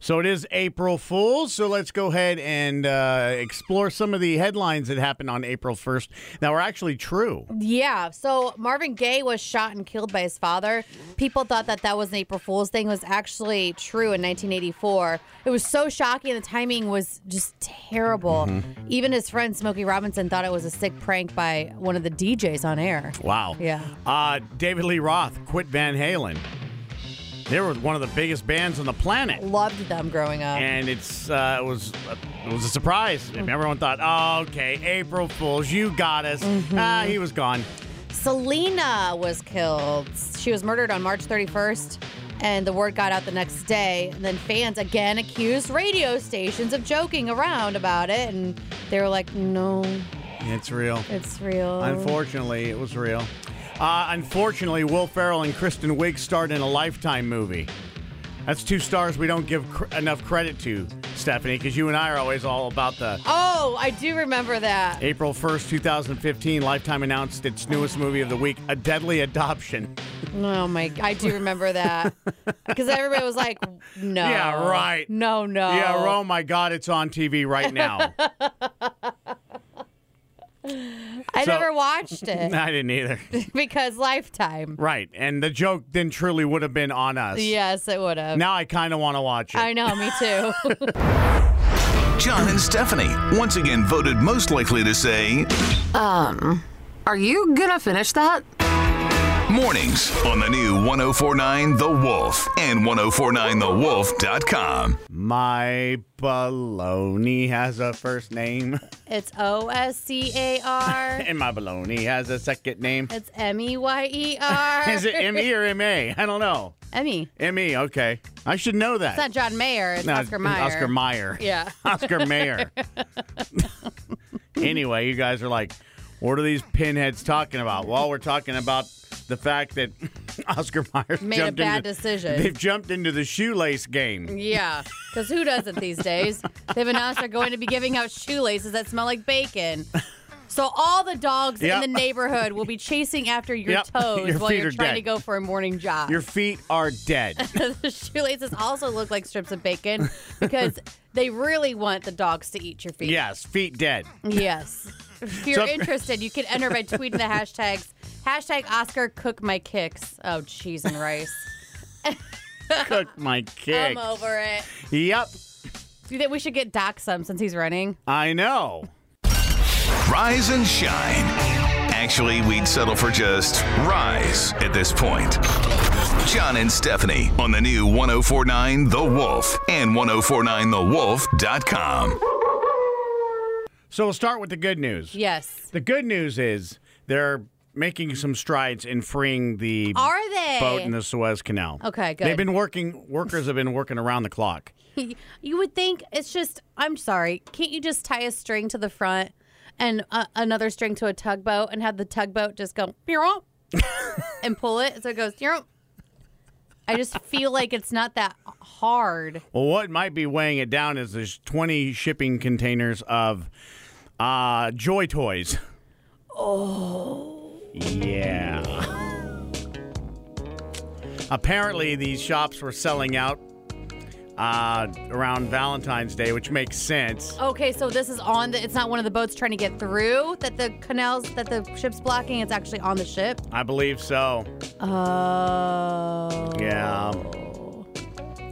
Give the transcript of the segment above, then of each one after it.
So it is April Fool's. So let's go ahead and uh, explore some of the headlines that happened on April 1st that were actually true. Yeah. So Marvin Gaye was shot and killed by his father. People thought that that was an April Fool's thing. It was actually true in 1984. It was so shocking. The timing was just terrible. Even his friend Smokey Robinson thought it was a sick prank by one of the DJs on air. Wow. Yeah. Uh, David Lee Roth quit Van Halen. They were one of the biggest bands on the planet. Loved them growing up. and it's uh, it was it was a surprise. And everyone thought, oh, okay, April Fools, you got us. Ah, he was gone. Selena was killed. She was murdered on March 31st, and the word got out the next day. And then fans again accused radio stations of joking around about it, and they were like, "No, It's real. it's real." Unfortunately, it was real. Uh, unfortunately, Will Ferrell and Kristen Wiig starred in a Lifetime movie. That's two stars we don't give cr- enough credit to, Stephanie, because you and I are always all about the oh, I do remember that. April 1st, 2015. Lifetime announced its newest movie of the week, A Deadly Adoption. Oh my, I do remember that because everybody was like, "No, Yeah, right. no, no." Yeah, oh my God, it's on TV right now. I So- never watched it I didn't either. because Lifetime. Right. And the joke then truly would have been on us. Yes, it would have. Now I kind of want to watch it. I know, me too. John and Stephanie, once again voted most likely to say Are you gonna finish that? mornings on the new 1049 The Wolf and 1049TheWolf.com. My baloney has a first name, it's O S C A R. and my baloney has a second name. It's M E Y E R. Is it M E or M A? I don't know. Emmy? M E, okay. I should know that. It's not John Mayer. It's No, Oscar it's Mayer. Oscar Meyer. Yeah. Oscar Mayer. anyway, you guys are like, what are these pinheads talking about? Well, we're talking about the fact that Oscar Meyer Made a jumped bad into- decision. They've jumped into the shoelace game. Yeah, because who doesn't these days? They've announced they're going to be giving out shoelaces that smell like bacon. So all the dogs Yep. in the neighborhood will be chasing after your Yep. toes Your while feet you're are trying dead. to go for a morning jog. Your feet are dead. the shoelaces also look like strips of bacon because they really want the dogs to eat your feet. yes, feet dead. Yes. If you're So- interested, you can enter by tweeting the hashtags hashtag Oscar cook my kicks. Oh, cheese and rice. Cook my cake. I'm over it. Yep, Do you think we should get Doc some since he's running? I know. Rise and shine. Actually, we'd settle for just rise at this point. John and Stephanie on the new 1049 The Wolf and 1049TheWolf.com. So we'll start with the good news. Yes. The good news is they're making some strides in freeing the Are they? boat in the Suez Canal. Okay, good. They've been working. Workers have been working around the clock. you would think it's just, I'm sorry, can't you just tie a string to the front and uh, another string to a tugboat and have the tugboat just go "Meow," and pull it so it goes "Meow." I just feel like it's not that hard. Well, what might be weighing it down is there's 20 shipping containers of uh, Joy Toys. Oh. Yeah. Apparently, these shops were selling out uh, around Valentine's Day, which makes sense. Okay, so this is on the. It's not one of the boats trying to get through that the canals that the ship's blocking. It's actually on the ship. I believe so. Oh. Yeah.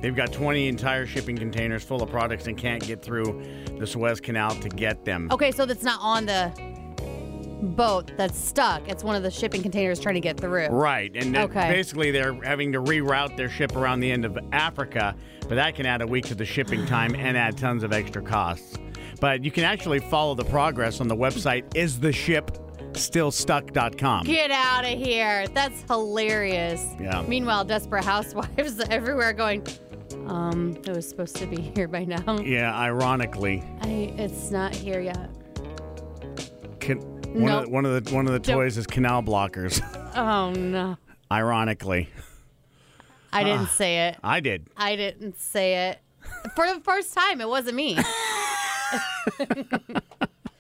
They've got 20 entire shipping containers full of products and can't get through the Suez Canal to get them. Okay, so that's not on the boat that's stuck. It's one of the shipping containers trying to get through. Right, and that- Okay. basically they're having to reroute their ship around the end of Africa, but that can add a week to the shipping time and add tons of extra costs. But you can actually follow the progress on the website istheshipstillstuck.com. Get out of here. That's hilarious. Yeah. Meanwhile, desperate housewives everywhere are going. Um, it was supposed to be here by now. Yeah, ironically, I, it's not here yet. can, one, No. of the, one of the one of the Don't- toys is canal blockers. Oh no. ironically, I didn't say it. I did. I didn't say it. For the first time, it wasn't me.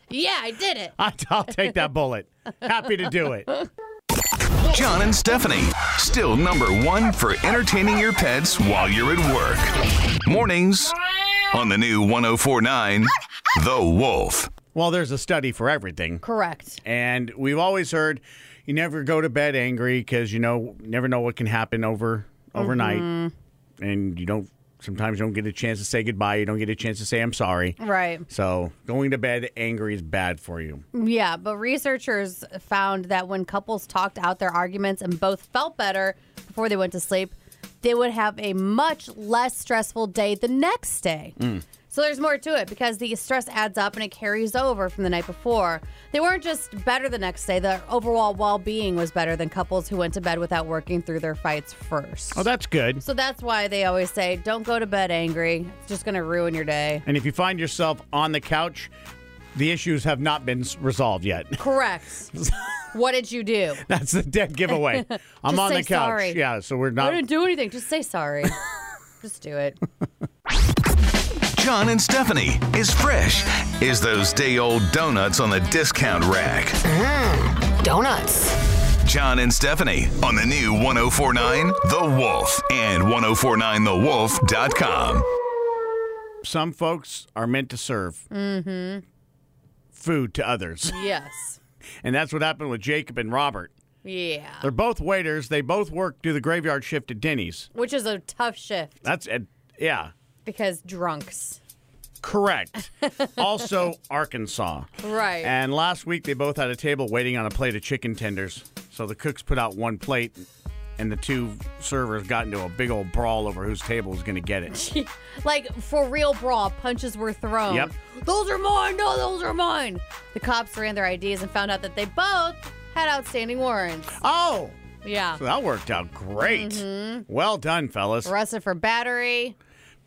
yeah, I did it. I, I'll take that bullet. Happy to do it. John and Stephanie, still number one for entertaining your pets while you're at work. Mornings on the new 1049 The Wolf. Well, there's a study for everything. Correct. And we've always heard you never go to bed angry because you know never know what can happen over overnight, Mm-hmm. and you don't sometimes you don't get a chance to say goodbye. You don't get a chance to say I'm sorry. Right. So going to bed angry is bad for you. Yeah, but researchers found that when couples talked out their arguments and both felt better before they went to sleep, they would have a much less stressful day the next day. So there's more to it because the stress adds up and it carries over from the night before. They weren't just better the next day, their overall well being was better than couples who went to bed without working through their fights first. Oh, that's good. so that's why they always say, don't go to bed angry. It's just going to ruin your day. And if you find yourself on the couch, the issues have not been s- resolved yet. Correct. what did you do? That's the dead giveaway. I'm on Just the say couch. sorry. Yeah, so we're I not. didn't do anything. Just say sorry. Just do it. John and Stephanie is fresh as those day old donuts on the discount rack. Donuts. John and Stephanie on the new 1049 The Wolf and 1049TheWolf.com. Some folks are meant to serve food to others, Yes. and that's what happened with Jacob and Robert. Yeah. They're both waiters. They both work do the graveyard shift at Denny's. Which is a tough shift That's uh, yeah, because drunks. correct. also Arkansas. Right. And last week they both had a table waiting on a plate of chicken tenders. So the cooks put out one plate, and the two servers got into a big old brawl over whose table was going to get it. like for real brawl, punches were thrown. Yep. Those are mine. No, those are mine. The cops ran their IDs and found out that they both had outstanding warrants. oh, Yeah. so that worked out great. Well done, fellas. Arrested for battery.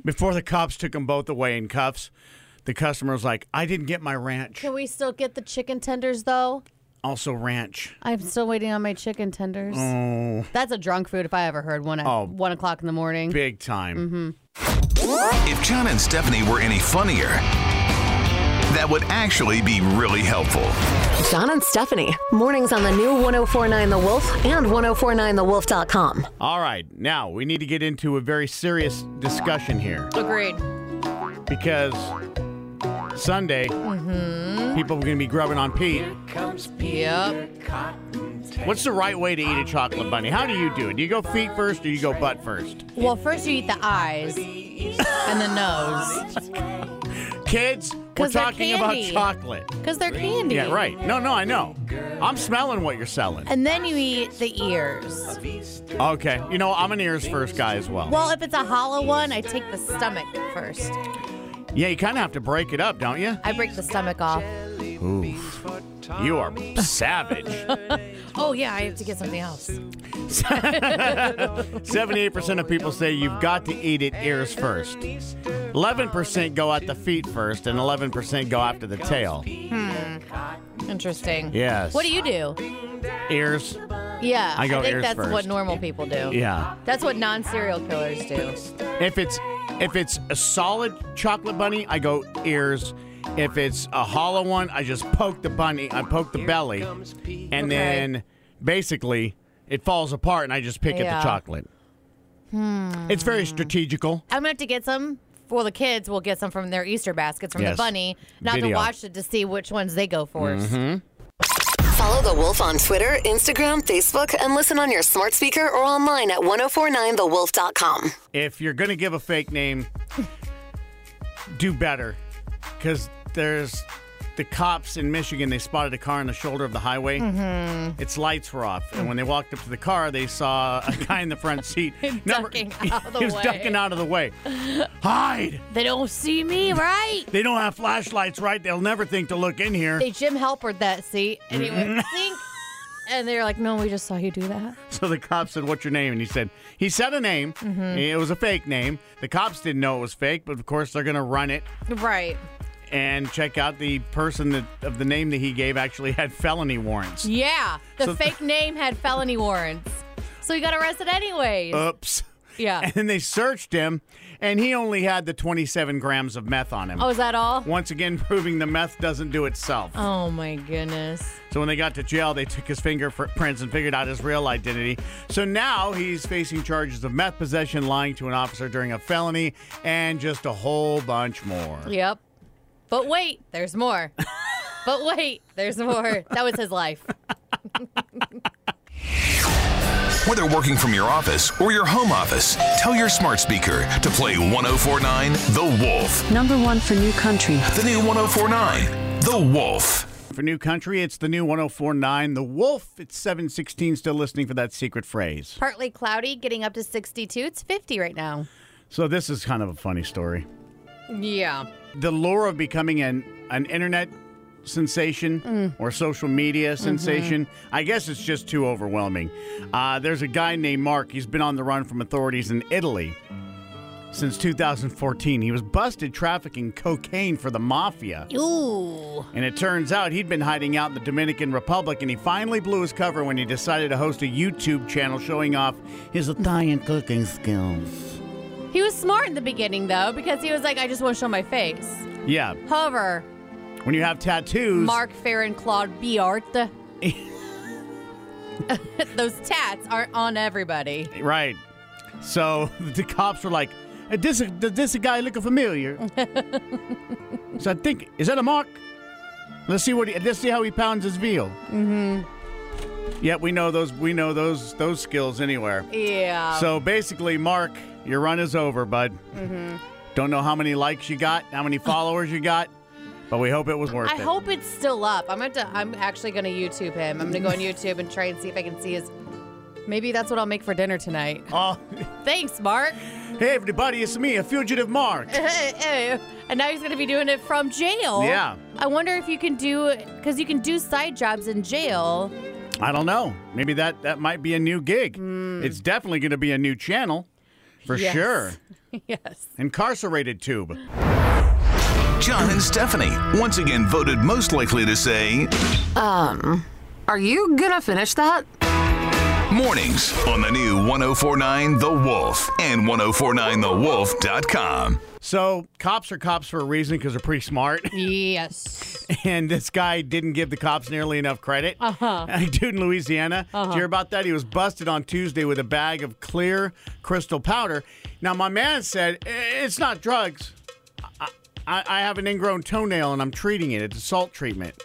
Before the cops took them both away in cuffs, the customer was like, "I didn't get my ranch. Can we still get the chicken tenders though? Also ranch." I'm still waiting on my chicken tenders. That's a drunk food if I ever heard one at Oh. one o'clock in the morning. Big time. Mm-hmm. If John and Stephanie were any funnier, that would actually be really helpful. John and Stephanie. Mornings on the new 1049 The Wolf and 1049TheWolf.com. All right, now we need to get into a very serious discussion here Agreed. because Sunday Mm-hmm. people are going to be grubbing on Pete. Yep. What's the right way to eat a chocolate bunny? How do you do it? Do you go feet first or you go butt first? Well, first you eat the eyes and the nose Kids, we're 'Cause they're talking about candy. chocolate. because they're candy. Yeah, right. No, no, I know. I'm smelling what you're selling. And then you eat the ears. Okay, you know I'm an ears first guy as well. Well, if it's a hollow one, I take the stomach first. Yeah, you kind of have to break it up, don't you? I break the stomach off. Oof. You are savage. Oh yeah, I have to get something else. 78% of people say you've got to eat it ears first. 11% go at the feet first, and 11% go after the tail. Interesting. Yes. What do you do? Ears. Yeah, I go think ears that's what first. normal people do. Yeah. That's what non-serial killers do. If it's if it's a solid chocolate bunny, I go ears. If it's a hollow one, I just poke the bunny. I poke the belly, and then basically it falls apart, and I just pick at Yeah. the chocolate. It's very strategical. I'm gonna have to get some. Well, the kids will get some from their Easter baskets from Yes. the bunny. Not to Video. Mm-hmm. watch it to see which ones they go 1st Follow The Wolf on Twitter, Instagram, Facebook, and listen on your smart speaker or online at 1049TheWolf.com. if you're gonna give a fake name, do better, because there's the cops in Michigan. They spotted a car on the shoulder of the highway. Mm-hmm. Its lights were off, and when they walked up to the car, they saw a guy in the front seat. Ducking out of the he was way. ducking out of the way. Hide! They don't see me, right? They don't have flashlights, right? They'll never think to look in here. they Jim Halpert that seat, and he went think, and they're like, "No, we just saw you do that." So the cop said, "What's your name?" And he said, "He said a name. Mm-hmm. It was a fake name. The cops didn't know it was fake, but of course they're gonna run it." Right? and check out the person that of the name that he gave actually had felony warrants. Yeah. The So- fake name had felony warrants, so he got arrested anyways. Oops. Yeah. Uh, And then they searched him, and he only had the 27 grams of meth on him. Oh, is that all? Once again, proving the meth doesn't do itself. Oh my goodness. So when they got to jail, they took his fingerprints and figured out his real identity. So now he's facing charges of meth possession, lying to an officer during a felony, and just a whole bunch more. Yep. But wait, there's more. but wait, there's more. That was his life. Whether working from your office or your home office, tell your smart speaker to play 1049 The Wolf. Number one for new country. The new 1049 The Wolf. For New Country, it's the new 1049. The Wolf, it's 716, still listening for that secret phrase. Partly cloudy, getting up to 62. It's 50 right now. So this is kind of a funny story. Yeah. The lure of becoming an, an internet sensation or social media sensation, I guess it's just too overwhelming. Uh, there's a guy named Mark. He's been on the run from authorities in Italy since 2014. He was busted trafficking cocaine for the mafia. Ooh. And it turns out he'd been hiding out in the Dominican Republic, and he finally blew his cover when he decided to host a YouTube channel showing off his Italian cooking skills. He was smart in the beginning though, because he was like, I just want to show my face. Yeah, However, when you have tattoos, Mark Farron Claude Biart. Those tats aren't on everybody. right? So the cops were like, "Uh, "This, does this guy look familiar?" so I think, is that a mark? Let's see what. He, let's see how he pounds his veal. Mm-hmm. Yet we know those. We know those. Those skills anywhere. Yeah. So basically, Mark, your run is over, bud. Mm-hmm. Don't know how many likes you got, how many followers you got, but we hope it was worth I it. hope it's still up. I'm going to I'm actually going to YouTube him. I'm going to go on YouTube and try and see if I can see his Maybe that's what I'll make for dinner tonight. Oh, Thanks, Mark. hey everybody, it's me, a fugitive Mark. and now he's going to be doing it from jail. Yeah. I wonder if you can do cuz you can do side jobs in jail. I don't know. Maybe that that might be a new gig. It's definitely going to be a new channel, for Hmm. Yes. sure. yes. Incarcerated Tube. John and Stephanie, once again voted most likely to say Um, Are you gonna finish that? mornings on the new 1049 The Wolf and 1049TheWolf.com. So cops are cops for a reason because they're pretty smart. Yes. and this guy didn't give the cops nearly enough credit. Uh-huh. A dude in Louisiana. Did Uh-huh. you hear about that? He was busted on Tuesday with a bag of clear crystal powder. Now, my man said, "I- it's not drugs. I- I, I have an ingrown toenail and I'm treating it. It's a salt treatment.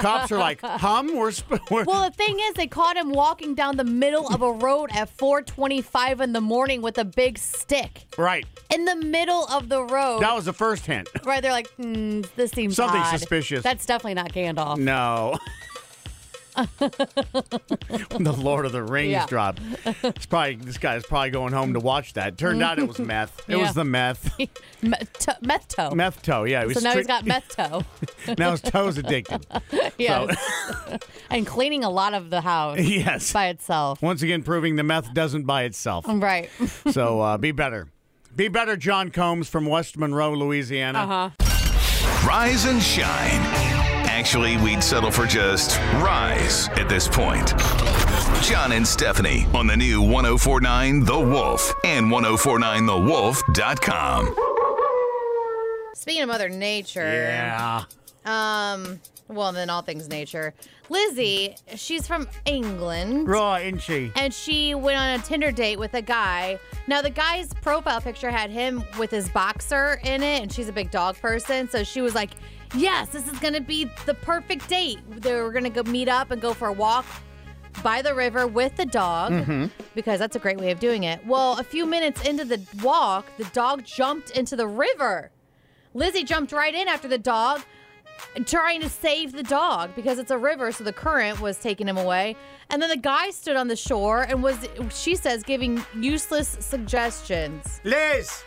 cops are like, hum, we're, sp- we're Well, the thing is, they caught him walking down the middle of a road at 425 in the morning with a big stick. right. In the middle of the road. That was the first hint. Right, they're like, mm, this seems Something odd. suspicious. That's definitely not Gandalf. No. the Lord of the Rings Yeah. drop. It's probably this guy's probably going home to watch that. Turned out it was meth. It Yeah. was the meth. Me- to- meth toe. Mm. Meth toe, yeah. he so was now he's strict- got meth toe. now his toe's addicted. yes. and cleaning a lot of the house yes. by itself. Once again, proving the meth doesn't by itself. Right. so uh, be better. Be better, John Combs from West Monroe, Louisiana. Uh-huh. Rise and shine. Actually, we'd settle for just rise at this point. John and Stephanie on the new 1049 The Wolf and 1049TheWolf.com. Speaking of Mother Nature. Yeah. Um, well, then all things nature. Lizzie, she's from England. Raw, isn't she? And she went on a Tinder date with a guy. Now, the guy's profile picture had him with his boxer in it, and she's a big dog person. So she was like, Yes, this is going to be the perfect date. They were going to go meet up and go for a walk by the river with the dog because that's a great way of doing it. Well, a few minutes into the walk, the dog jumped into the river. Lizzie jumped right in after the dog, trying to save the dog because it's a river, so the current was taking him away. And then the guy stood on the shore and was, she says, giving useless suggestions. Liz!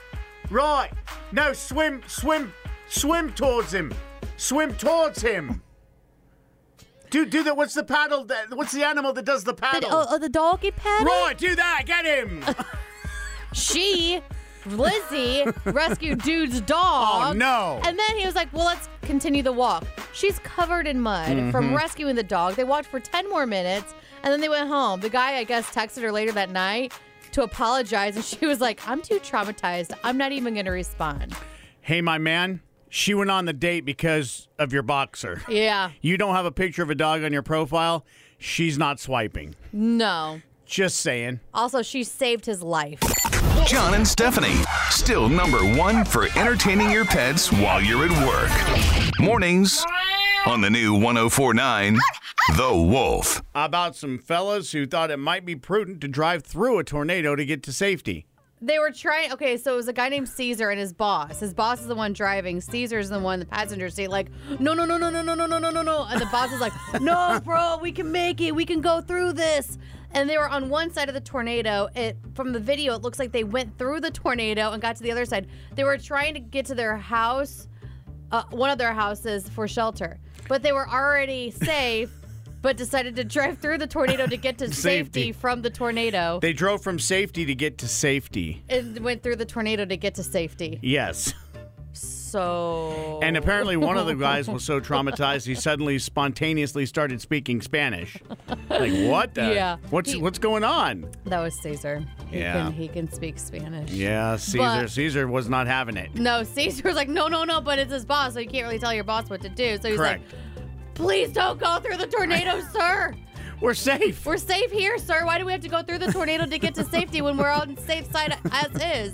Right. No, swim, swim, swim towards him. Swim towards him. Do do that. What's the paddle? That, what's the animal that does the Did- paddle? oh, oh, the doggy paddle? Right, do that. Get him. She, Lizzie, rescued dude's dog. Oh, no. And then he was like, well, let's continue the walk. She's covered in mud Mm-hmm. from rescuing the dog. They walked for 10 more minutes and then they went home. The guy, I guess, texted her later that night. to apologize, and she was like, "I'm too traumatized. I'm not even gonna respond." Hey, my man, she went on the date because of your boxer. Yeah, You don't have a picture of a dog on your profile. She's not swiping. no. Just saying. Also, she saved his life. John and Stephanie, still number one for entertaining your pets while you're at work. Mornings on the new 1049 The Wolf. About some fellas who thought it might be prudent to drive through a tornado to get to safety. They were trying. Okay, so it was a guy named Caesar and his boss. His boss is the one driving. Caesar's the one in the passenger seat. Like, no, no, no, no, no, no, no, no, no, no, no. And the boss is like, no, bro, we can make it. We can go through this. And they were on one side of the tornado. It from the video, it looks like they went through the tornado and got to the other side. They were trying to get to their house, uh, one of their houses for shelter, but they were already safe. But decided to drive through the tornado to get to Safety. safety from the tornado They drove from safety to get to safety. and went through the tornado to get to safety. Yes. So And apparently, one of the guys was so traumatized he suddenly spontaneously started speaking Spanish. Like, what? The, Yeah. What's He- what's going on? that was Caesar. He Yeah. can, he can speak Spanish. Yeah, Caesar. But- Caesar was not having it. No, Caesar was like, no, no, no, but it's his boss, so you can't really tell your boss what to do. So he's Correct. like, please don't go through the tornado, sir. We're safe. We're safe here, sir. Why do we have to go through the tornado to get to safety when we're on the safe side as is?